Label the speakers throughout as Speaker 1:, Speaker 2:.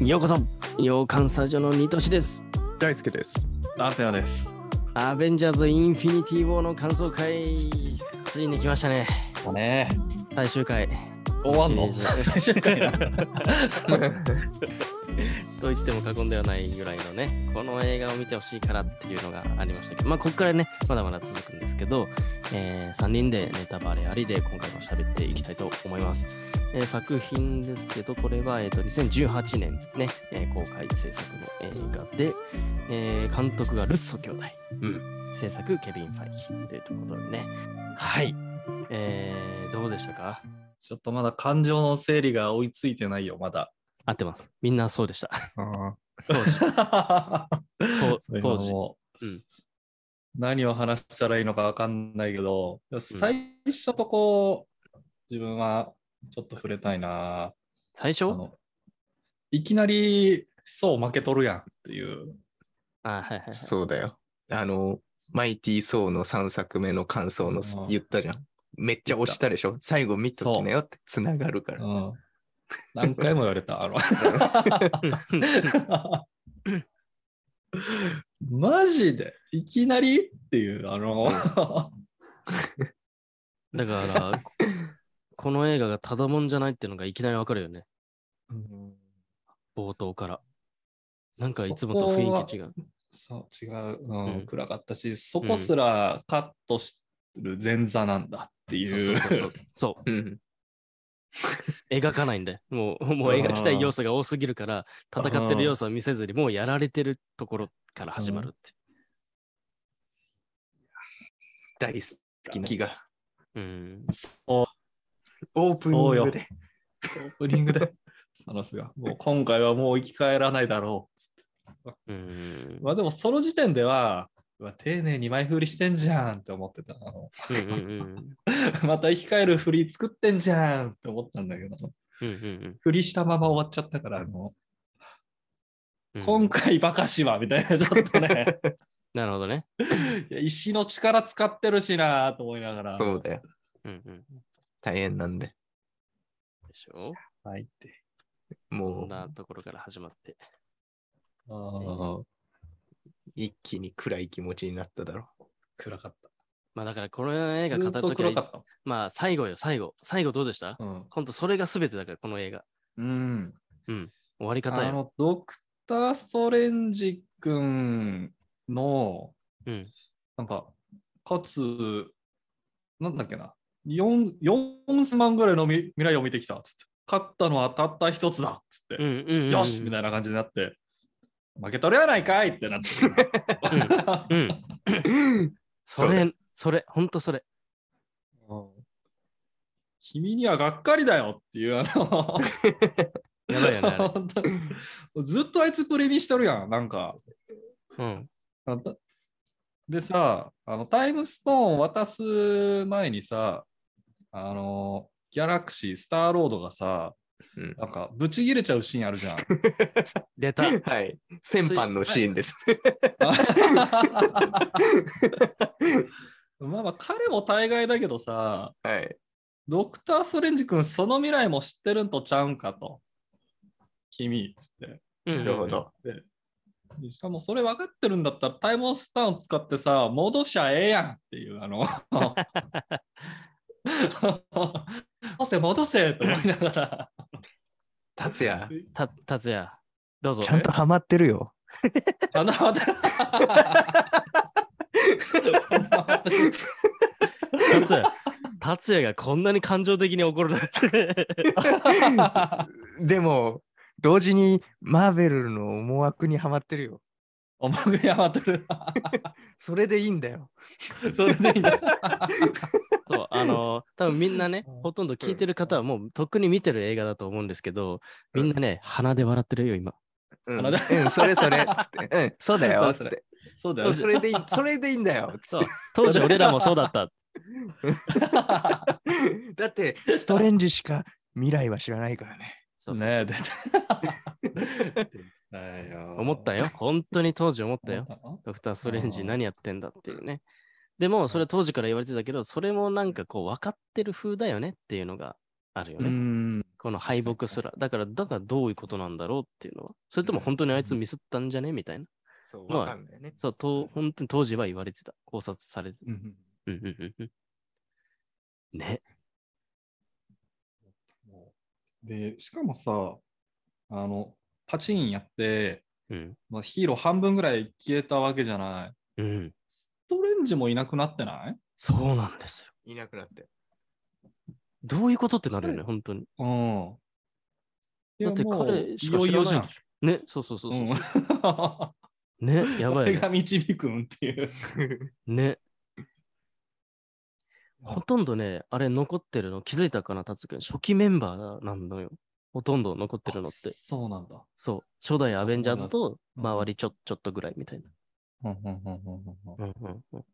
Speaker 1: ようこそ洋館スタジオのニトシです
Speaker 2: 大輔です。
Speaker 3: 男性です。
Speaker 1: アベンジャーズインフィニティウォーの感想会ついに来ましたね
Speaker 3: だね。
Speaker 1: 最終回
Speaker 3: 終わんの
Speaker 1: 最
Speaker 3: 最終回な。
Speaker 1: と言っても過言ではないぐらいのねこの映画を見てほしいからっていうのがありましたけどまあここからねまだまだ続くんですけど、え3人でネタバレありで今回も喋っていきたいと思います、えー作品ですけどこれは、えー、と2018年ね、えー公開制作の映画で、えー監督がルッソ兄弟、制作ケビン・ファイキーというところでねはいえー、どうでしたか
Speaker 3: ちょっとまだ感情の整理が追いついてないよ、まだ。
Speaker 1: 合ってますみんなそうでした
Speaker 2: あ
Speaker 1: 当時 当
Speaker 3: そう今
Speaker 1: 当時
Speaker 3: もう
Speaker 1: うん
Speaker 3: 何を話したらいいのか分かんないけど、最初とこう、自分はちょっと触れたいな。
Speaker 1: 最
Speaker 3: あ
Speaker 1: 初
Speaker 3: のいきなり、そう負けとるやんって いう。
Speaker 1: あはいはいはい
Speaker 2: あ、そうだよ。あの、マイティー・ソーの3作目の感想のす
Speaker 3: あー
Speaker 2: 言ったじゃん。めっちゃ押したでしょ最後見ときなよってつながるか
Speaker 3: う
Speaker 2: ら。
Speaker 3: ん、何回も言われた。あのマジでいきなりっていう、あの、
Speaker 1: だから、ここの映画がただもんじゃないっていうのがいきなりわかるよね、
Speaker 2: うん
Speaker 1: 冒頭から。なんかいつもと雰囲気違う。
Speaker 3: そう違う、うん
Speaker 1: うん
Speaker 3: 暗かったし、そこすらカットしてる前座なんだってい
Speaker 1: そう
Speaker 3: う。
Speaker 1: そうそうそう。そう
Speaker 2: うん。
Speaker 1: 描かないんで、もう、もう描きたい要素が多すぎるから、
Speaker 3: うん
Speaker 1: 戦ってる要素は見せずに、もうやられてるところから始まるって。
Speaker 2: 大好きな気が。
Speaker 1: うん。
Speaker 3: そう
Speaker 2: オープニングで。
Speaker 3: オープニングで。サノスがもう今回はもう生き返らないだろ
Speaker 1: うん
Speaker 3: う。。まあでもその時点では、うわ丁寧に前振りしてんじゃんって思ってた。あの
Speaker 1: うんうんうん
Speaker 3: また生き返る振り作ってんじゃんって思ったんだけど、
Speaker 1: うんうん
Speaker 3: 振りしたまま終わっちゃったから、あの
Speaker 1: うんう
Speaker 3: 今
Speaker 1: ん。
Speaker 3: 回ばかしはみた いな、ちょっとね、
Speaker 1: なるほどね。
Speaker 3: いや石の力使ってるしなと思いながら。
Speaker 2: そうだよ。
Speaker 1: うんうん。で
Speaker 2: 大変なんで。
Speaker 1: しょ
Speaker 3: はいって。
Speaker 1: そ
Speaker 2: も
Speaker 1: ん
Speaker 2: う
Speaker 1: なところから始まって。
Speaker 3: あー
Speaker 2: 一気に暗い気持ちになっただろ
Speaker 3: 暗かった。
Speaker 1: まあだから、この映画語
Speaker 3: ず
Speaker 1: る
Speaker 3: っと
Speaker 1: とき
Speaker 3: 黒か
Speaker 1: は
Speaker 3: っ、た
Speaker 1: まあ最後よ、最後。最後どうでした
Speaker 3: もん。
Speaker 1: ほんと、それが全てだから、この映画。
Speaker 3: うん。
Speaker 1: 終わり方
Speaker 3: あ
Speaker 1: よ。
Speaker 3: の、ドクター・ストレンジ君の、
Speaker 1: うん。
Speaker 3: なんか、かつ、なんだっけな、4 4000万ぐらいのみ未来を見てきたっつって、勝ったのはたった一つだっつって、
Speaker 1: んうん
Speaker 3: よしみ
Speaker 1: い
Speaker 3: たいな感じになって、負けとるやないかいってなって。
Speaker 1: な。うん。
Speaker 2: う。
Speaker 1: そ
Speaker 2: そうだ
Speaker 1: れ、それ、ほんとそれ。
Speaker 3: 君にはがっかりだよっていう、あの、
Speaker 1: やばいよね、あれ。
Speaker 3: 本当にずっとあいつプレミしとるやん、なんか。
Speaker 1: うん。
Speaker 3: あたでさあの、タイムストーン渡す前にさ、あのギャラクシー、スターロードがさ、
Speaker 2: うん
Speaker 3: なんかブチ切れちゃうシーンあるじゃん。
Speaker 1: 出た。
Speaker 2: はい。先般のシーンです。
Speaker 3: まあまあ、彼も大概だけどさ、
Speaker 2: はい。
Speaker 3: ドクター・ストレンジ君、その未来も知ってるんとちゃうんかと。君、つって。
Speaker 1: な
Speaker 2: なるほ。ど。
Speaker 3: でしかもそれ分かってるんだったらタイムスターを使ってさ、戻しゃええやんっていう、あの、戻せ戻せと思いながら。
Speaker 2: 達也、
Speaker 1: た、達也、どうぞ。
Speaker 2: ちゃんとハマってるよ。
Speaker 3: ちゃんと 待って。ちゃんと待って
Speaker 1: 達也、達也がこんなに感情的に怒るなんて。
Speaker 2: でも、同時にマーベルの思惑にはまってるよ。
Speaker 3: おまぐやまってる。
Speaker 2: それでいいんだよ。
Speaker 3: それでいいんだ。
Speaker 1: そう、あの、多分みんなね
Speaker 3: うん、
Speaker 1: ほとんど聞いてる方はもうとっくに見てる映画だと思うんですけど、みんなね、鼻で笑ってるよ、今。
Speaker 2: うん、
Speaker 3: あのね
Speaker 2: うんそれそれ。つって、うん、そうだよ。っ
Speaker 3: それそ
Speaker 2: て
Speaker 3: そうだ
Speaker 2: う
Speaker 3: よ
Speaker 2: ん。 それでいい、それでいいんだよ。つ
Speaker 1: そ
Speaker 2: っ
Speaker 1: う、当時俺らもそうだった。
Speaker 2: てだって、ストレンジしか未来は知らないからね。
Speaker 1: そうそう
Speaker 3: ね
Speaker 1: そう
Speaker 3: え、出た。
Speaker 1: 思ったよ。本当に当時思ったよ。
Speaker 3: よ。
Speaker 1: ドクター・ストレンジ
Speaker 3: あー
Speaker 1: 何やってんだっていうね。でも、それ当時から言われてたけど、それもなんかこう分かってる風だよねっていうのがああるよ
Speaker 2: う
Speaker 1: ね。
Speaker 2: ん。
Speaker 1: この敗北すら。だから、だからどういうことなんだろうっていうのは。それとも本当にあいつミスったんじゃねみたいな。
Speaker 2: そう、
Speaker 1: まあ
Speaker 2: わかんないね。
Speaker 1: そう、と本当に当時は言われてた。考察されてた。
Speaker 3: うん
Speaker 1: うんうんうんうん。ね。
Speaker 3: もうで、しかもさ、あの、パチンやって、
Speaker 1: うん。
Speaker 3: まあ、ヒーロー半分ぐらい消えたわけじゃない。
Speaker 1: うん。
Speaker 3: ストレンジもいなくなってない
Speaker 1: そうなんですよ。
Speaker 2: いなくな って。
Speaker 1: どういうことってなるよね、本当に。
Speaker 3: うん。いや
Speaker 1: だって
Speaker 3: もう
Speaker 1: 彼しか
Speaker 3: いよいよ
Speaker 1: 知
Speaker 3: じ
Speaker 1: ら
Speaker 3: ゃ
Speaker 1: なんい。ね、そうそうそうそう。
Speaker 3: うん
Speaker 1: ね、やばい
Speaker 3: 俺
Speaker 1: よね、
Speaker 3: が導くんっていう。
Speaker 1: ね。 ほとんどね、あれ残ってるの気づいたかな、達君。初期メンバーなのよ。ほとんど残ってるのって。
Speaker 3: そうなんだ。
Speaker 1: そう。初代アベンジャーズと
Speaker 3: そうなんだ
Speaker 1: 周りちょちょっとぐらいみたい
Speaker 3: うんうんうんうんうん
Speaker 1: な。うんうんうん
Speaker 3: うん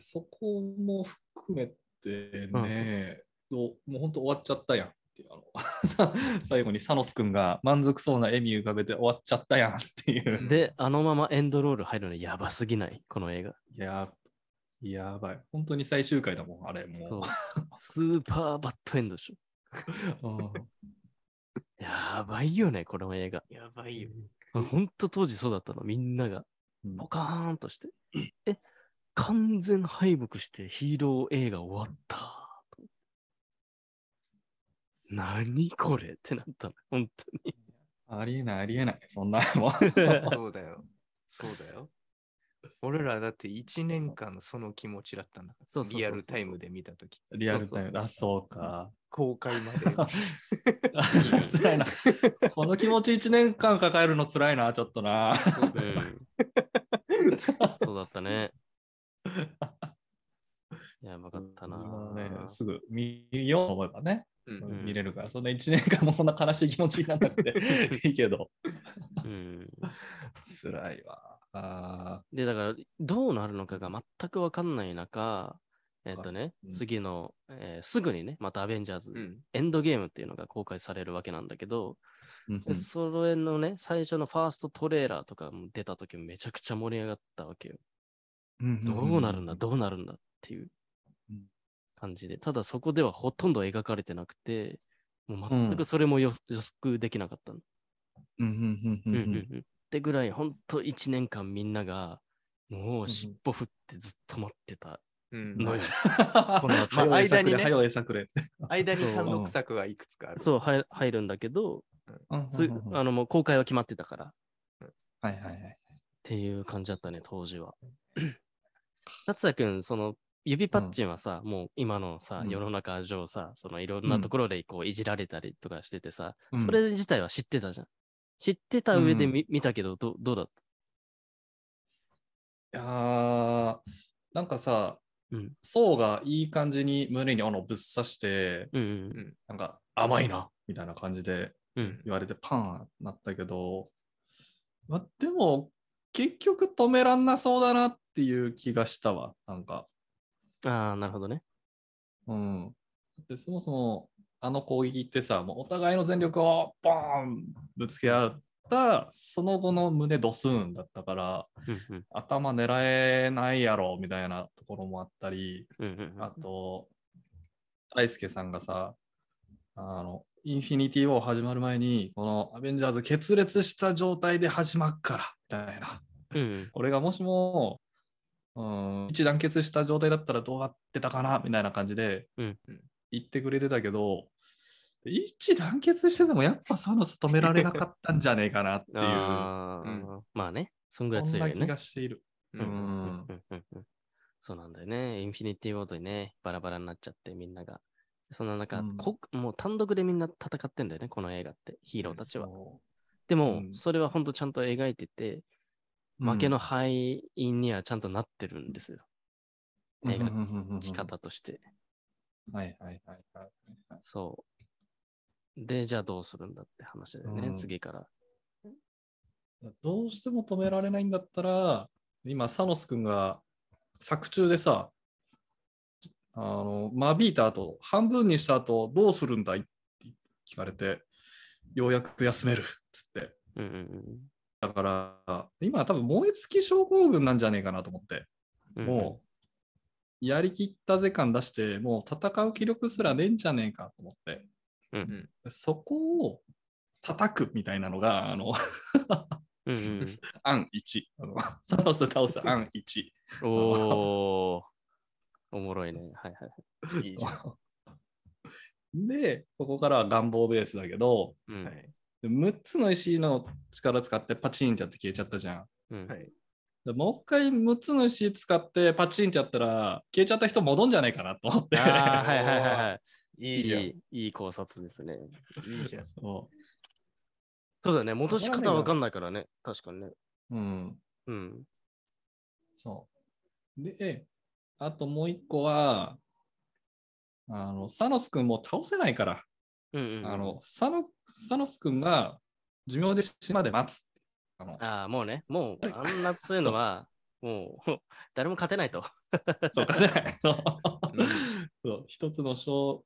Speaker 3: そこも含めてね、どうもう本当終わっちゃったやんっていうあの 最後にサノス君が満足そうな笑み浮かべて終わっちゃったやんっていう。
Speaker 1: で、あのままエンドロール入るのやばすぎない、この映画。
Speaker 3: いや、やばい。本当に最終回だもん、あれ
Speaker 1: そう
Speaker 3: も。
Speaker 1: スーパーバッドエンドでしょ。
Speaker 3: う。うん
Speaker 1: やばいよね、この映画。
Speaker 2: やばいよ。
Speaker 1: ほんと当時そうだったの、みんなが。
Speaker 3: うん
Speaker 1: ポカーンとして。え、完全敗北してヒーロー映画終わった。何これってなったの、本当に。
Speaker 3: ありえない、ありえない。そんなもん。
Speaker 2: そうだよ。そうだよ。俺らだって1年間のその気持ちだったんだから。
Speaker 1: そうそうそうそう
Speaker 2: リアルタイムで見たとき。
Speaker 3: リアルタイム。
Speaker 1: そうそうそう
Speaker 3: あ、そうか。
Speaker 2: 公開まで。
Speaker 3: 辛いな。この気持ち1年間抱えるの辛いな、ちょっとな。
Speaker 1: そうだったね。やばかったな
Speaker 3: 今ね、すぐ見ようと思えばね、
Speaker 2: うん
Speaker 1: ん
Speaker 3: 見れるから、そんな1年間もそんな悲しい気持ちにならなくて いいけど、
Speaker 1: うん。
Speaker 3: 辛いわ。あ
Speaker 1: で、だから、どうなるのかが全くわかんない中、えっとね、
Speaker 3: うん
Speaker 1: 次の、えーすぐにね、またアベンジャーズ、
Speaker 2: うん。
Speaker 1: エンドゲームっていうのが公開されるわけなんだけど、
Speaker 3: ーうん
Speaker 1: でそれのね、最初のファーストトレーラーとかも出た時めちゃくちゃ盛り上がったわけよ。
Speaker 3: うん
Speaker 1: どうなるんだ、どうなるんだっていう
Speaker 3: うん
Speaker 1: 感じで、ただそこではほとんど描かれてなくて、もう
Speaker 3: うん
Speaker 1: 全くそれも予予測できなかったの。
Speaker 3: うんうんうん
Speaker 1: う
Speaker 3: うんん
Speaker 1: う
Speaker 3: うん
Speaker 1: うんんってぐらい、ほんと1年間みんなが、もう尻尾振ってずっと待ってた
Speaker 2: うん
Speaker 1: のよ。
Speaker 3: この
Speaker 2: まあ間にね
Speaker 3: 早い作例。
Speaker 2: 間に単独作はいくつかある。
Speaker 1: そう、入入るんだけど、つ
Speaker 3: うんうんうんは
Speaker 1: あのもう公開は決まってたから。
Speaker 3: いはいはい。
Speaker 1: っていう感じだったね、当 時は。達也くん、その指パッチンはさ、もう今のさ、
Speaker 3: うん
Speaker 1: 世の中上さ、そのいろんなところでこういじられたりとかしててさ、
Speaker 3: うん
Speaker 1: それ自体は知ってたじゃん。知ってた上で
Speaker 3: うん
Speaker 1: 見,、見たけどど、どうだっ
Speaker 3: いやーなんかさ、
Speaker 1: うん
Speaker 3: 層がいい感じに胸に斧をぶっ刺して、
Speaker 1: たうんうん
Speaker 3: なんか甘いなみたいな感じで
Speaker 1: うん
Speaker 3: 言われてパンなったけど、まあ、でも結局止めらんなそうだなっていう気がしたわ、なんか。
Speaker 1: うん。ああ、なるほどね。
Speaker 3: うん、でそもそもあの攻撃ってさ、もうお互いの全力をボーンぶつけ合った、その後の胸ドスーンだったから、
Speaker 1: うんうん
Speaker 3: 頭狙えないやろみたいなところもあったり、
Speaker 1: うんうんうん
Speaker 3: あと、大輔さんがさ、あの、インフィニティ・ウォー始まる前に、このアベンジャーズ決裂した状態で始まっから、みたいな。
Speaker 1: うんうん
Speaker 3: 俺がもしも、うん、一致団結した状態だったらどうなってたかな、みたいな感じで、
Speaker 1: うん
Speaker 3: 言ってくれてたけど、一致団結しててもやっぱサノス止められなかったんじゃねえかなっていう、
Speaker 1: あーまあね、そんぐらい
Speaker 3: そん
Speaker 1: 強
Speaker 3: ない
Speaker 1: よ
Speaker 3: 気
Speaker 1: ね
Speaker 3: が。している。
Speaker 2: う。
Speaker 1: うんんうんうんうんそうなんだよね。インフィニティウォードにね、バラバラになっちゃって、みんなが。そんな中、
Speaker 3: うん
Speaker 1: こもう単独でみんな戦ってんだよね、この映画って、ヒーローたちは。
Speaker 3: そ
Speaker 1: でも、
Speaker 3: うん
Speaker 1: それは本当ちゃんと描いてて、
Speaker 3: ううん
Speaker 1: 負けの敗因にはちゃんとなってるんですよ、映画
Speaker 3: うんうんうんうんうん
Speaker 1: 生き方として。
Speaker 3: はいはいはいはいはい。
Speaker 1: そう。で、じゃあどうするんだって話だよね、
Speaker 3: うん
Speaker 1: 次から。
Speaker 3: どうしても止められないんだったら、今、サノス君が作中でさ、あの、間引いた後、半分にした後、どうするんだいって聞かれて、ようやく休めるっつって。
Speaker 1: うんうん
Speaker 3: だから、今多分燃え尽き症候群なんじゃねえかなと思って、
Speaker 1: うん。
Speaker 3: もやりきったぜ感出して、もう戦う気力すらねえんじゃねえかと思って、
Speaker 1: うん
Speaker 3: そこを叩くみたいなのが、あの、
Speaker 1: うんうん
Speaker 3: 案1。あのサノス倒す案1。
Speaker 1: うん、おー。おもろいね。はいはい。
Speaker 2: いいじゃ ん。
Speaker 3: で、ここからは願望ベースだけど、
Speaker 1: うん
Speaker 2: はい。
Speaker 3: 6つの石の力使ってパチンってやって消えちゃったじゃん。
Speaker 1: うん
Speaker 2: はい。
Speaker 3: でもう一回6つの石使ってパチンってやったら消えちゃった人戻んじゃないかなと思って。
Speaker 1: あーはいはいはいはい
Speaker 2: い
Speaker 1: い
Speaker 2: いじゃん。
Speaker 1: いいい考察ですね。
Speaker 2: いいじゃん。
Speaker 3: そ
Speaker 1: そうだね。戻し方わかんないからね。確かにね。
Speaker 3: う。うん。
Speaker 1: うん。
Speaker 3: そう。で、あともう一個は、あの、サノス君もう倒せないから、
Speaker 1: うんうんうん、
Speaker 3: あの、サノ、サノス君が寿命で死ぬまで待つ。あの、
Speaker 1: ああ、もうね、もう、あんな強いの は、もう、誰も勝てないと。
Speaker 3: そうかね。そう
Speaker 2: うん。
Speaker 3: そう一つの勝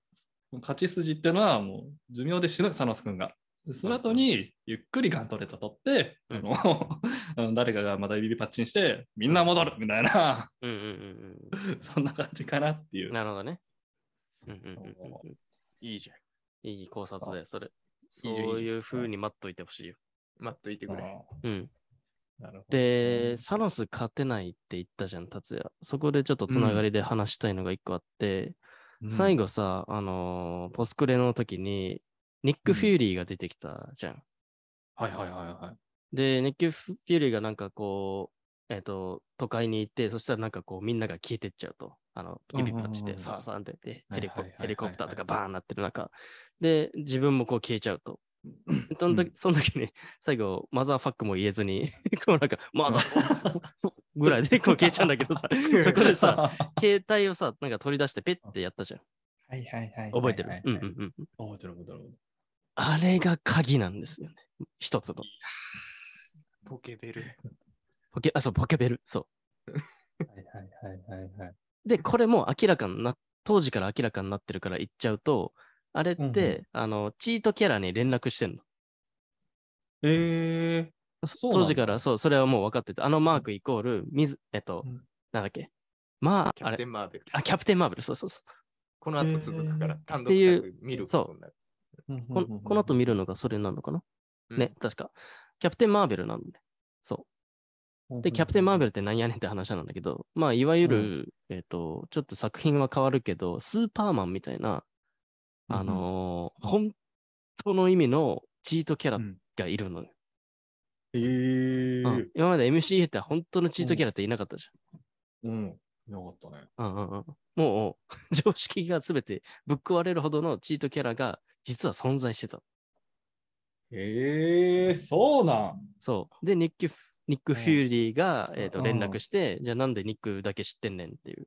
Speaker 3: 勝ち筋っていうのはもう寿命で死ぬサノス君が。でその後にゆっくりガントレット取って、
Speaker 1: うん
Speaker 3: あのあの誰かがまた指パッチンしてみんな戻るみたいな
Speaker 1: うんうんうん。。
Speaker 3: そんな感じかなっていううん
Speaker 1: なるほどね。うんうんうんうんうん
Speaker 2: いいじゃん。
Speaker 1: いい考察だよ、それ。そ
Speaker 2: いういよいいよ
Speaker 1: いう風に待っといてほしいよ。
Speaker 2: 待っといて
Speaker 3: う
Speaker 2: く
Speaker 3: ん
Speaker 2: れ。
Speaker 1: うん、
Speaker 3: なるほど
Speaker 1: で、サノス勝てないって言ったじゃん、達也。そこでちょっとつながりで話したいのが一個あって、
Speaker 3: うん
Speaker 1: 最後さ、あのーポスクレの時に、ニック・フューリーが出てきたじゃん。
Speaker 3: はいはいはいはい。
Speaker 1: で、ニック・フューリーがなんかこう、えっ、と、都会に行って、そしたらなんかこう、みんなが消えてっちゃうと。あの、指パッチで、
Speaker 3: うんうん
Speaker 1: フ
Speaker 3: うんうん
Speaker 1: ァーファーンってで
Speaker 3: はい
Speaker 1: ヘリコ
Speaker 3: はいはいはいはい
Speaker 1: ヘリコプターとかバーンなってる中、で、自分もこう消えちゃうと。 その時、その時に、最後、マザーファックも言えずに、 こうなんか、まだ、 ぐらいでこう消えちゃうんだけ どさ、そこでさ、携帯をさ、なんか取り出して、ペッてやったじゃん。
Speaker 3: はいはいはい。
Speaker 1: 覚えてる。
Speaker 3: はい
Speaker 1: うん
Speaker 3: は
Speaker 1: う
Speaker 3: い
Speaker 1: んうんうん。
Speaker 3: 覚えてる覚えてる覚えてる。
Speaker 1: あれが鍵なんですよね。一つの。
Speaker 2: ポケベル。
Speaker 1: ポケ、あ、そう、ポケベル。そう。
Speaker 3: はいはいはいはいはい。
Speaker 1: で、これも明らかにな、当時から明らかになってるから言っちゃうと、あれって、
Speaker 3: うんう
Speaker 1: あの、チートキャラに連絡してんの。
Speaker 3: え
Speaker 1: そ
Speaker 3: そうなんだ
Speaker 1: 当時から、そう、それはもう分かってて、あのマークイコール、水、えっと、
Speaker 3: うん
Speaker 1: なんだっけ。ま
Speaker 2: キ
Speaker 1: あ、あ
Speaker 2: ャプテ
Speaker 1: れ、
Speaker 2: ンマーベル。
Speaker 1: あ、キャプテンマーベル、そうそうそ
Speaker 2: この後続くから
Speaker 3: えー
Speaker 2: 単独作見ることになる。
Speaker 3: ー
Speaker 1: う。こんこの後見るのがそれなのかな、ね、確か。キャプテンマーベルなんで、そう。で、キャプテン・マーベルって何やねんって話なんだけど、まあ、いわゆる、えっ、と、ちょっと作品は変わるけど、スーパーマンみたいな、
Speaker 3: うんうん
Speaker 1: あのー本当の意味のチートキャラ
Speaker 3: うん
Speaker 1: がいるのよ、
Speaker 3: えー
Speaker 1: うん今まで MCA って本当のチートキャラっていなかったじ
Speaker 3: うん。いなかったね。
Speaker 1: ゃん。うんうんうん、もう、 常識が全てぶっ壊れるほどのチートキャラが実は存在してた。
Speaker 3: ええそうなん。
Speaker 1: そう。で、ニックフ・ニックフューリーが、えー、と
Speaker 3: うん
Speaker 1: 連絡して、じゃあなんでニックだけ知ってんねんっていう。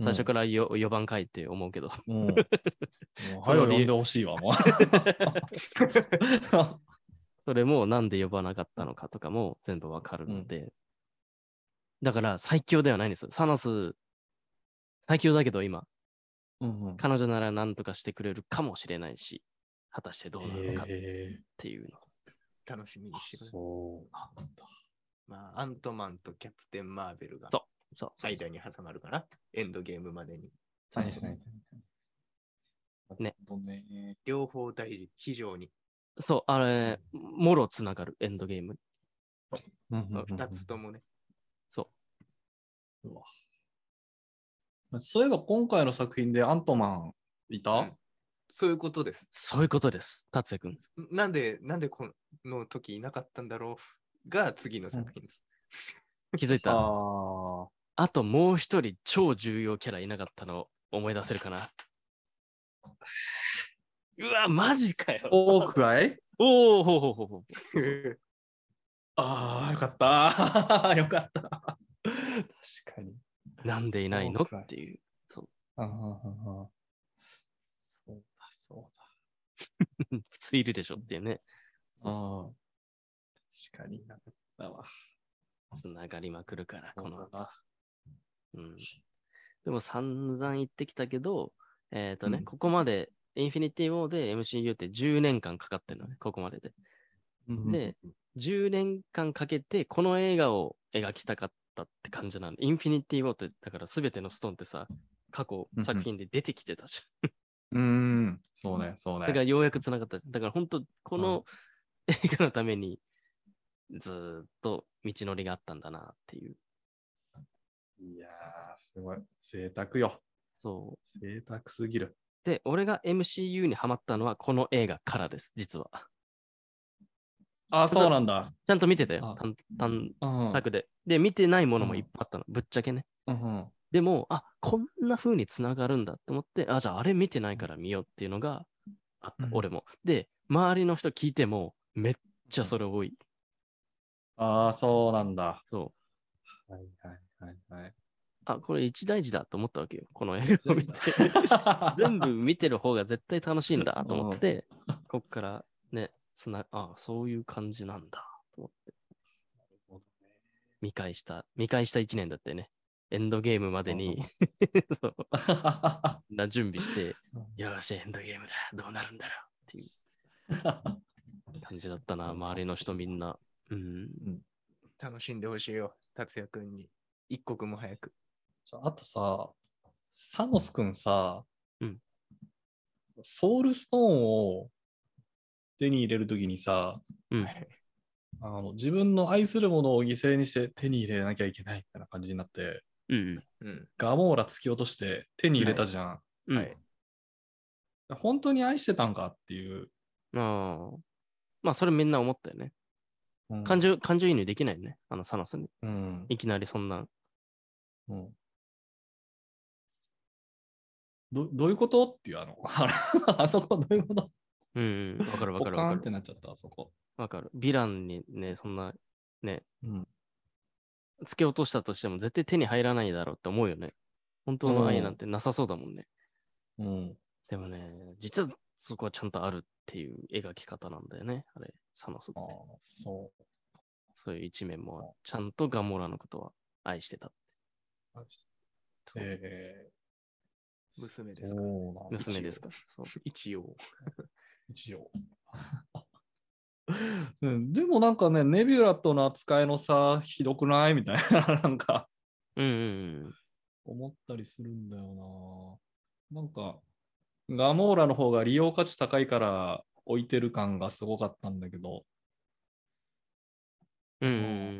Speaker 1: 最初からよ4番かいって思うけど。
Speaker 3: うん。 もう
Speaker 1: そ
Speaker 3: 早
Speaker 1: の理
Speaker 3: よ
Speaker 1: 由
Speaker 3: 呼んでほしいわ、もう。
Speaker 1: それもなんで呼ばなかったのかとかも全部わかるので、だから最強ではないんですよ。サノス、最強だけど今、
Speaker 3: うんうん
Speaker 1: 彼女なら何とかしてくれるかもしれないし、果たしてどうなのかっ
Speaker 3: え
Speaker 1: ていうの。
Speaker 2: 楽しみに
Speaker 3: ー
Speaker 2: してくれ。
Speaker 3: そうなんだ。
Speaker 2: まあ、アントマンとキャプテン・マーベルが
Speaker 1: そうそうそうそう
Speaker 2: 間に挟まるかな。エンドゲームまでに。
Speaker 1: そうそうそうね。
Speaker 3: ね。
Speaker 2: 両方大事、非常に。
Speaker 1: そう、あれ、もろつながるエンドゲーム。
Speaker 2: 二つともね。
Speaker 3: そういえば今回の作品でアントマンいた、
Speaker 2: うんそういうことです。
Speaker 1: そういうことです、達也くん。
Speaker 2: なんで、なんでこの時いなかったんだろうが次の作品です。
Speaker 1: 気づいた。あ
Speaker 3: あ
Speaker 1: ともう一人超重要キャラいなかったの思い出せるかな。うわ、マジか
Speaker 3: あ。
Speaker 1: よ。
Speaker 3: オークアイ
Speaker 1: おおほうほうほうほう。そうそう
Speaker 3: ああ、よかった。 よかった。確かに。
Speaker 1: なんでいないの
Speaker 3: そうか
Speaker 1: っていう。
Speaker 3: ああ、そうだ、そうだ。
Speaker 1: 普通いるでしょっていうね。そうそう
Speaker 3: ああ。確かになかったわ。
Speaker 1: つながりまくるから、この
Speaker 3: そう
Speaker 1: 後
Speaker 3: だな
Speaker 1: うん。でも散々言ってきたけど、えっ、とね、
Speaker 3: うん
Speaker 1: ここまで、インフィニティ・ウォーで MCU って10年間かかってるのね、ここまでで。
Speaker 3: うんうん
Speaker 1: で、10年間かけてこの映画を描きたかっったって感じなの。インフィニティ・ウォーって、だから全てのストーンってさ、過去
Speaker 2: うん
Speaker 1: 作品で出てきてたじ
Speaker 3: うん。そうね、そう
Speaker 1: ゃん。だから
Speaker 3: ね。
Speaker 1: ようやく繋がったじゃん。だから本当、この 映画のために、ずーっと道のりがあったんだなっていう。
Speaker 3: いやー、すごい。贅沢よ。
Speaker 1: そう。
Speaker 3: 贅沢すぎる。
Speaker 1: で、俺が MCU にハマったのはこの映画からです、実は。
Speaker 3: あ、
Speaker 1: ちょっと
Speaker 3: そうなんだ。
Speaker 1: ちゃんと見てたよ
Speaker 3: あ、
Speaker 1: 単単
Speaker 3: うん。
Speaker 1: 択で。で、見てないものもいっぱいあったの、ぶっちゃけね。
Speaker 3: うん。
Speaker 1: でも、あこんな風に繋がるんだと思って、あ、じゃああれ見てないから見ようっていうのがあった、
Speaker 2: うん
Speaker 1: 俺も。で、周りの人聞いても、めっちゃそれ多い。
Speaker 3: ああ、そうなんだ。
Speaker 1: そう。
Speaker 3: はいはいはいはい。
Speaker 1: あ、これ一大事だと思ったわけよ、この映画を見て。 全 部見てる方が絶対楽しいんだと思って、こっからね、つな、あ、そういう感じなんだと思って。見返した、見返した1年だったよね。エンドゲームまでに、 そう、な準備して、よし、エンドゲームだ、どうなるんだろうっていう感じだったな、周りの人みんな。うん。
Speaker 2: 楽しんでほしいよ、達也くんに。一刻も早く。
Speaker 3: じゃああとさ、サノスくんさ、
Speaker 1: うん
Speaker 3: ソウルストーンを手に入れるときにさ、
Speaker 1: うん。
Speaker 3: あの、自分の愛するものを犠牲にして手に入れなきゃいけないみたいな感じになって、
Speaker 1: うん。
Speaker 2: うん。
Speaker 3: ガモーラ突き落として手に入れたじゃん。
Speaker 1: うん。
Speaker 2: はい
Speaker 3: 本当に愛してたんかっていう。
Speaker 1: ああ。まあ、それみんな思ったよね。
Speaker 3: うん
Speaker 1: 感情、感情移入できないよね。あの、サノスに。
Speaker 3: うん。
Speaker 1: いきなりそんな。
Speaker 3: うんどどういうことっていうあの、 あのあそこどういうこと
Speaker 1: うん、うん。わかるわ
Speaker 3: ポ
Speaker 1: か
Speaker 3: カ
Speaker 1: るわ
Speaker 3: ー
Speaker 1: か
Speaker 3: ンって
Speaker 1: る。
Speaker 3: なっちゃった、あそこ。
Speaker 1: わかる。ヴィランにね、そんな、ね、
Speaker 3: うん
Speaker 1: 突き落としたとしても絶対手に入らないだろうって思うよね。本当の愛なんてなさそうだもんね。
Speaker 3: うん。
Speaker 1: でもね、実はそこはちゃんとあるっていう描き方なんだよね。あれ、サノスって
Speaker 3: ああ。、そう。
Speaker 1: そういう一面も、ちゃんとガモラのことは愛してた。そう
Speaker 3: えー、
Speaker 2: 娘ですか。
Speaker 3: そうなん
Speaker 1: 娘ですか。そう。
Speaker 2: 一応。
Speaker 3: 一応。 うん、でもなんかね、ネビュラとの扱いのさ、ひどくないみたいな、なんか、
Speaker 1: うんうん
Speaker 3: 思ったりするんだよな。なんか、ガモーラの方が利用価値高いから置いてる感がすごかったんだけど、
Speaker 1: うん。うんうん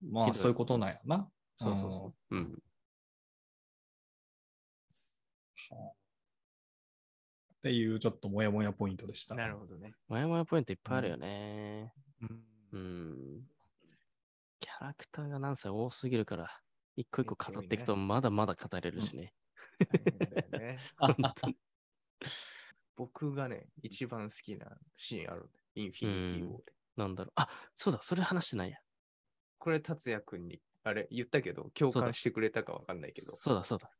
Speaker 1: うん。
Speaker 3: ま
Speaker 1: ひ
Speaker 3: あ
Speaker 1: どい
Speaker 3: そういうことなんやな。
Speaker 1: そうそうそう。うん。
Speaker 3: っていうちょっともやもやポイントでした。
Speaker 2: なるほどね。
Speaker 1: もやもやポイントいっぱいあるよね。
Speaker 2: う
Speaker 1: う
Speaker 2: ん
Speaker 1: ん。キャラクターが何歳多すぎるから、一個一個語っていくと、
Speaker 2: め
Speaker 1: まだまだ語れるしね。
Speaker 2: 大変だよね
Speaker 1: 本当に
Speaker 2: 僕がね、一番好きなシーンあるんだよインフィニティウォーで。
Speaker 1: なんだろう。あ、そうだ、それ話してないや。
Speaker 2: これ、達也くんに、あれ、言ったけど、共
Speaker 1: そうだ
Speaker 2: 感してくれたかわかんないけど、
Speaker 1: そうだ、そうだ。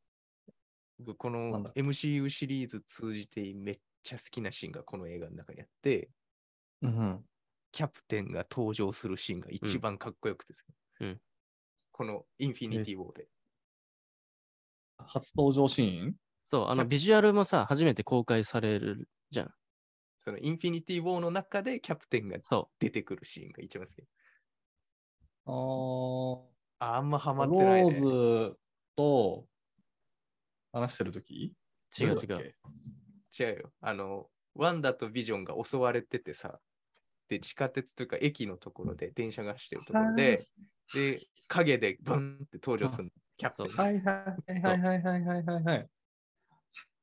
Speaker 2: 僕、こ
Speaker 3: な
Speaker 2: の
Speaker 3: んだ
Speaker 2: MCU シリーズ通じてめっちゃ好きなシーンがこの映画の中にあって、
Speaker 3: うん。
Speaker 2: キャプテンが登場するシーンが一番かっこよくてさ、
Speaker 1: うん
Speaker 2: このインフィニティウォーで。
Speaker 3: 初登場シーン
Speaker 1: そう、あの、ビジュアルもさ、初めて公開されるじゃん。
Speaker 2: そのインフィニティウォーの中でキャプテンが
Speaker 1: そ
Speaker 2: 出てくるシーンが一番好き。
Speaker 3: あー
Speaker 2: ああんまハマって
Speaker 3: ロ
Speaker 2: ない、ね。
Speaker 3: ーズと話してるとき
Speaker 1: う。違う違う。
Speaker 3: う。
Speaker 2: 違うよ。あの、ワンダとビジョンが襲われててさ、で、地下鉄というか駅のところで、電車が走ってるところで、で、影でブンって登場するのキャプテンが。
Speaker 3: はいはいはいはいはいはいはいはい。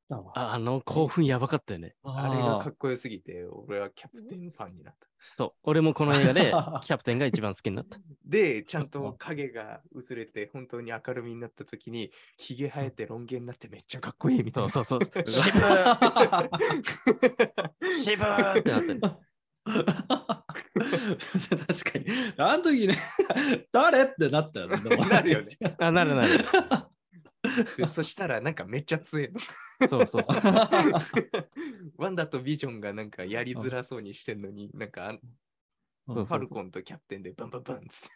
Speaker 3: だわ
Speaker 1: ああの、興奮やばかったよね。
Speaker 2: あれがか
Speaker 3: あ
Speaker 2: っこよすぎて、俺はキャプテンファンになった。
Speaker 1: そう、俺もこの映画で、キャプテンが一番好きになった。
Speaker 2: で、ちゃんと影が薄れて、本当に明るみになった時に、ひげ生えてロン毛になってめっちゃかっこいいみたい
Speaker 1: そう
Speaker 2: な。
Speaker 1: そうそう。
Speaker 2: 渋
Speaker 1: 渋
Speaker 2: ー
Speaker 1: 渋ーってなったよね。
Speaker 3: 確かに。あの時ね、誰ってなったよね。でも
Speaker 2: なるよね。
Speaker 1: あ、なるなる。
Speaker 2: でそしたら、なんかめっちゃ強いの。
Speaker 1: そうそうそう。
Speaker 2: ワンダとビジョンがなんかやりづらそうにしてんのに、なんかあん
Speaker 1: そう
Speaker 2: フ
Speaker 1: そ
Speaker 2: ァ
Speaker 1: う
Speaker 2: ル
Speaker 1: そう
Speaker 2: コンとキャプテンでバンバンバンっつ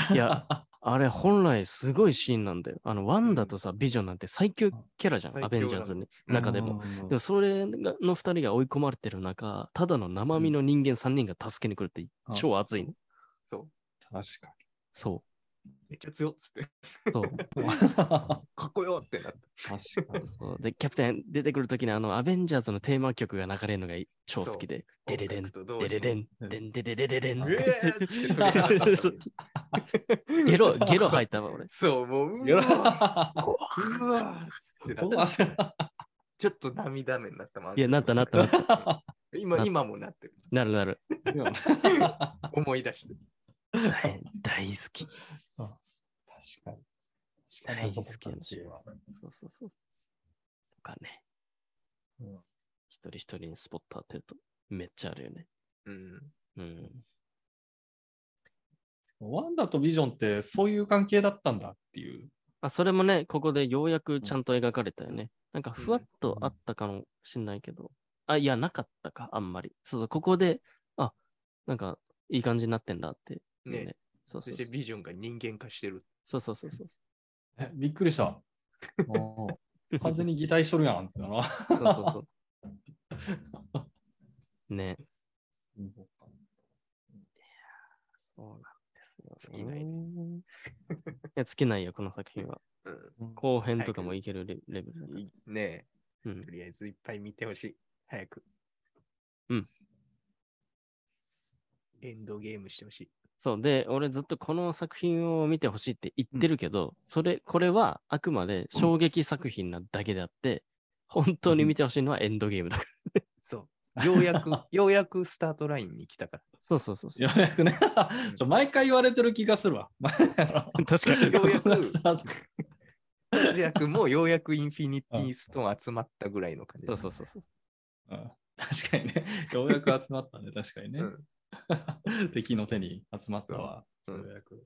Speaker 2: って。
Speaker 1: いや、あれ本来すごいシーンなんだよ。あの、ワンダとさ、ビジョンなんて最強キャラじゃん、
Speaker 2: 最
Speaker 1: ア
Speaker 2: 強
Speaker 1: ベ
Speaker 2: だね
Speaker 1: ンジャーズの中でも。
Speaker 3: うん
Speaker 1: でもそれがの2人が追い込まれてる中、ただの生身の人間3人が助けに来るって
Speaker 3: うん
Speaker 1: 超熱いの。
Speaker 2: そう。
Speaker 3: 確
Speaker 1: そ
Speaker 2: めっちゃ強っつって、
Speaker 1: う。そう。
Speaker 3: か
Speaker 2: かっこよってなった。
Speaker 3: に。確かに。
Speaker 1: そうで、キャプテン出てくるときにあの、アベンジャーズのテーマ曲が流れるのがい超好きで、デレデン、デレデ
Speaker 2: ン。
Speaker 1: ン、デンデレデデデン
Speaker 3: う
Speaker 2: う
Speaker 1: っ
Speaker 3: ん
Speaker 2: え
Speaker 1: て。
Speaker 2: ーっつって飛び上がった
Speaker 1: そうゲ ロ、ゲロ吐いたわ、俺。
Speaker 2: そう、もう、う
Speaker 3: よろ
Speaker 2: わうわっつってなったちょっと涙目になったもん。
Speaker 1: いや、なったなったなった。
Speaker 2: 今、今もなってる。
Speaker 1: なるなる。
Speaker 3: 今の確
Speaker 2: 思い出して。
Speaker 1: 大大好き。
Speaker 3: かに。
Speaker 1: 大好きやな
Speaker 3: 確か
Speaker 1: そうそうそう。とかね、
Speaker 3: にうん
Speaker 1: 一人一人にスポット当てるとめっちゃあるよね。
Speaker 2: うん。
Speaker 1: うん。
Speaker 3: ワンダとビジョンってそういう関係だったんだっていう。
Speaker 1: まあ、それもね、ここでようやくちゃんと描かれたよね。なんかふわっと
Speaker 3: うん
Speaker 1: あったかもしんないけど、あ、いや、なかったか、あんまり。そうそう、ここで、あ、なんかいい感じになってんだっていうね。
Speaker 2: ね
Speaker 1: そう
Speaker 2: そ
Speaker 1: そうそ
Speaker 2: して
Speaker 1: う。
Speaker 2: ビジョンが人間化してる。
Speaker 1: そうそうそうそう。
Speaker 3: えびっくりした。おー完全に擬態しとるやんってな。
Speaker 1: そうそう そう。ね。そうなんですよ、
Speaker 2: 尽きない
Speaker 1: ね。いや、尽きないよ、この作品は。
Speaker 2: う
Speaker 1: 後編とかもいけるレレベルだか
Speaker 2: ん。
Speaker 1: ら。
Speaker 2: いね
Speaker 1: う
Speaker 2: え、
Speaker 1: ん
Speaker 2: と。りあえずいっぱい見てほしい。早く。
Speaker 1: うん。
Speaker 2: エンドゲームしてほしい。
Speaker 1: そうで、俺ずっとこの作品を見てほしいって言ってるけど、それ、これはあくまで衝撃作品なだけであって、本当に見てほしいのはエンドゲームだから。
Speaker 2: そう。よ うやく、ようやくスタートラインに来たから。
Speaker 1: そうそうそうそう。
Speaker 3: ようやくねちょ、毎回言われてる気がするわ。
Speaker 1: 確かに。
Speaker 2: ようや く
Speaker 3: こんなスタート
Speaker 2: 活躍もようやくインフィニティストーン集まったぐらいの感 じ。
Speaker 1: そうそうそうそう。
Speaker 3: うん確かにね、ようやく集まったね、確かにね。
Speaker 2: うん。
Speaker 3: 敵の手に集まったわ。
Speaker 2: うん
Speaker 3: ようやく。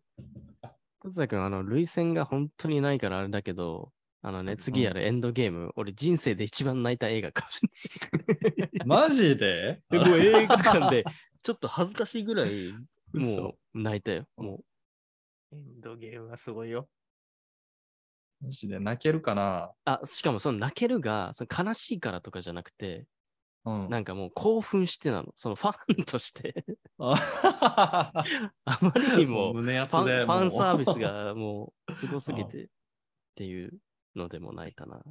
Speaker 1: 達也君、あの、涙腺が本当にないからあれだけど、あのね、次やるエンドゲーム、俺人生で一番泣いた映画かもしれない。
Speaker 3: マジで
Speaker 1: でもう映画館で、ちょっと恥ずかしいぐら い、もう泣いたよ。もう、
Speaker 2: エンドゲームはすごいよ。
Speaker 3: マジで泣けるかな
Speaker 1: あ、しかもその泣けるが、その悲しいからとかじゃなくて、
Speaker 3: うん。
Speaker 1: なんかもう興奮してなの。そのファンとして。
Speaker 3: あ
Speaker 1: あまりにも
Speaker 3: 胸
Speaker 1: ファ
Speaker 3: 熱
Speaker 1: ン
Speaker 3: で
Speaker 1: フ
Speaker 3: もう
Speaker 1: ァンサービスがもうすごすぎ てっていうのでもないかな。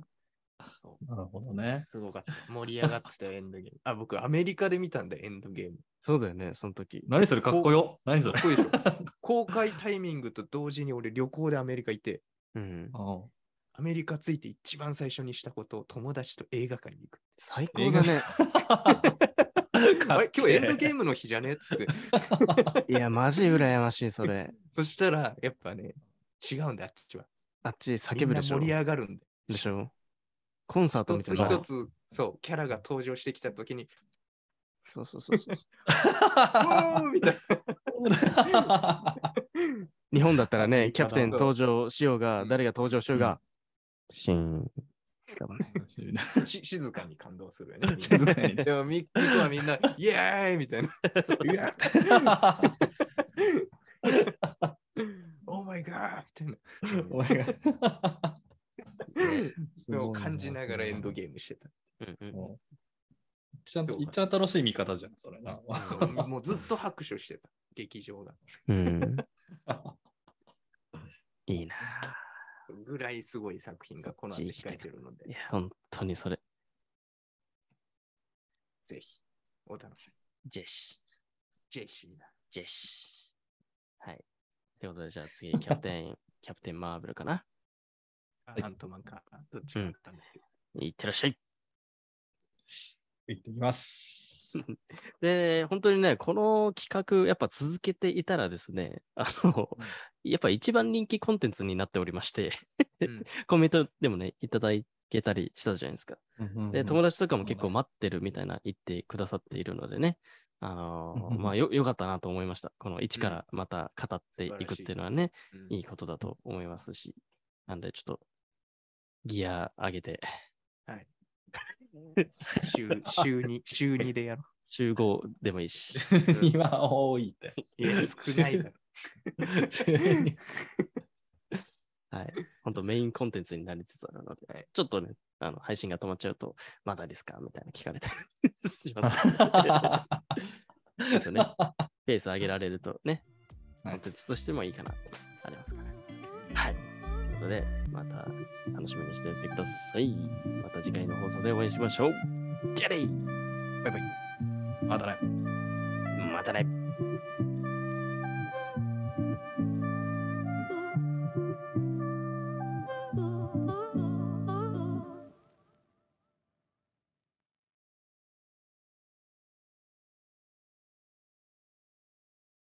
Speaker 2: そ
Speaker 3: なるほど
Speaker 2: う。
Speaker 3: ね。
Speaker 2: すごかった。盛り上がってたよエンドゲーム。あ、僕、アメリカで見たんだよ、エンドゲーム。
Speaker 1: そうだよね、その時。
Speaker 3: 何それかっこよ。何それ
Speaker 2: かっこいいでしょ。 公開タイミングと同時に俺、旅行でアメリカ行って、
Speaker 1: うん。
Speaker 2: アメリカ着いて一番最初にしたことを友達と映画館に行く。
Speaker 1: 最高だね。
Speaker 2: あれ今日エンドゲ
Speaker 3: ム
Speaker 2: ームの日じゃねっつって。
Speaker 1: いや、マジ羨ましい、それ。
Speaker 2: そしたら、やっぱね、違うんだよ、あっちは。
Speaker 1: あっち叫ぶでしょ。
Speaker 2: みんな
Speaker 1: で
Speaker 2: 盛り上がるんで。
Speaker 1: しょ。コンサート
Speaker 2: 一
Speaker 1: みたい
Speaker 2: つ
Speaker 1: な
Speaker 2: 一。つ、そう、キャラが登場してきたときに、
Speaker 1: そうそう そうそう。
Speaker 2: おーみたいな。
Speaker 1: 日本だった ら
Speaker 3: い
Speaker 1: ね、
Speaker 3: い
Speaker 1: キ
Speaker 3: か
Speaker 1: ャ
Speaker 3: な
Speaker 1: プテン登場しようが、
Speaker 2: うん
Speaker 1: 誰が登場しようが、シーン。だもんね
Speaker 2: し静かに感動するよね。
Speaker 3: 静かに
Speaker 2: でも、ミッキーとはみんな、イエーイみたいな。 うわオーマイガーみたいな。のを感じながらエンドゲームしてた。
Speaker 1: うんうん
Speaker 3: ム。一番一番楽しい見方じゃん、それな。
Speaker 2: そうもうずっと拍手してた、劇場が。
Speaker 1: うん。いいな。
Speaker 2: ぐらいすごい作品がこの後
Speaker 1: そっち行きた
Speaker 2: 控
Speaker 1: い
Speaker 2: えてるの
Speaker 1: い
Speaker 2: で、
Speaker 1: や、本当にそれ。
Speaker 2: ぜひお楽しみに。
Speaker 1: ジェシー。
Speaker 2: ジェシーだ。
Speaker 1: ジェシー。はい。ってことで、じゃあ次、キャプテン、 キャプテンマーブルかな。
Speaker 3: い
Speaker 2: アントマンか、どっちかだったんですけど。
Speaker 1: いってらっしゃい。
Speaker 3: 行ってきます。
Speaker 1: で、本当にね、この企画、やっぱ続けていたらですね、あの、やっぱ一番人気コンテンツになっておりまして、
Speaker 2: うん
Speaker 1: コメントでもね、いただけたりしたじゃないですか。で、友達とかも結構
Speaker 3: そう
Speaker 1: 待ってるみたいな言ってくださっているのでね、あの
Speaker 3: う
Speaker 1: ー、
Speaker 3: んうん
Speaker 1: まあよ、よかったなと思いました。この一
Speaker 2: うん
Speaker 1: からまた語っていくっていうのはね、
Speaker 2: うん
Speaker 1: いいことだと思いますし、なんでちょっとギア上げて、
Speaker 2: 週週に週にでやろ
Speaker 1: 集合でもいい し、
Speaker 3: 12は多いって。
Speaker 2: う。いや、少ないだろ。
Speaker 1: はい、本当メインコンテンツになりつつあるので、ちょっとね、あの配信が止まっちゃうと、まだですかみたいな聞かれたり しますので。ちょっとね、ペース上げられるとね、
Speaker 3: はい
Speaker 1: コンテンツとしてもいいかなってありますかね。はい。ということで、また楽しみにしておいてください。また次回の放送でお会いしましょう。じゃあね
Speaker 2: バイバイ。
Speaker 3: またね。
Speaker 1: またね
Speaker 3: バイバイ。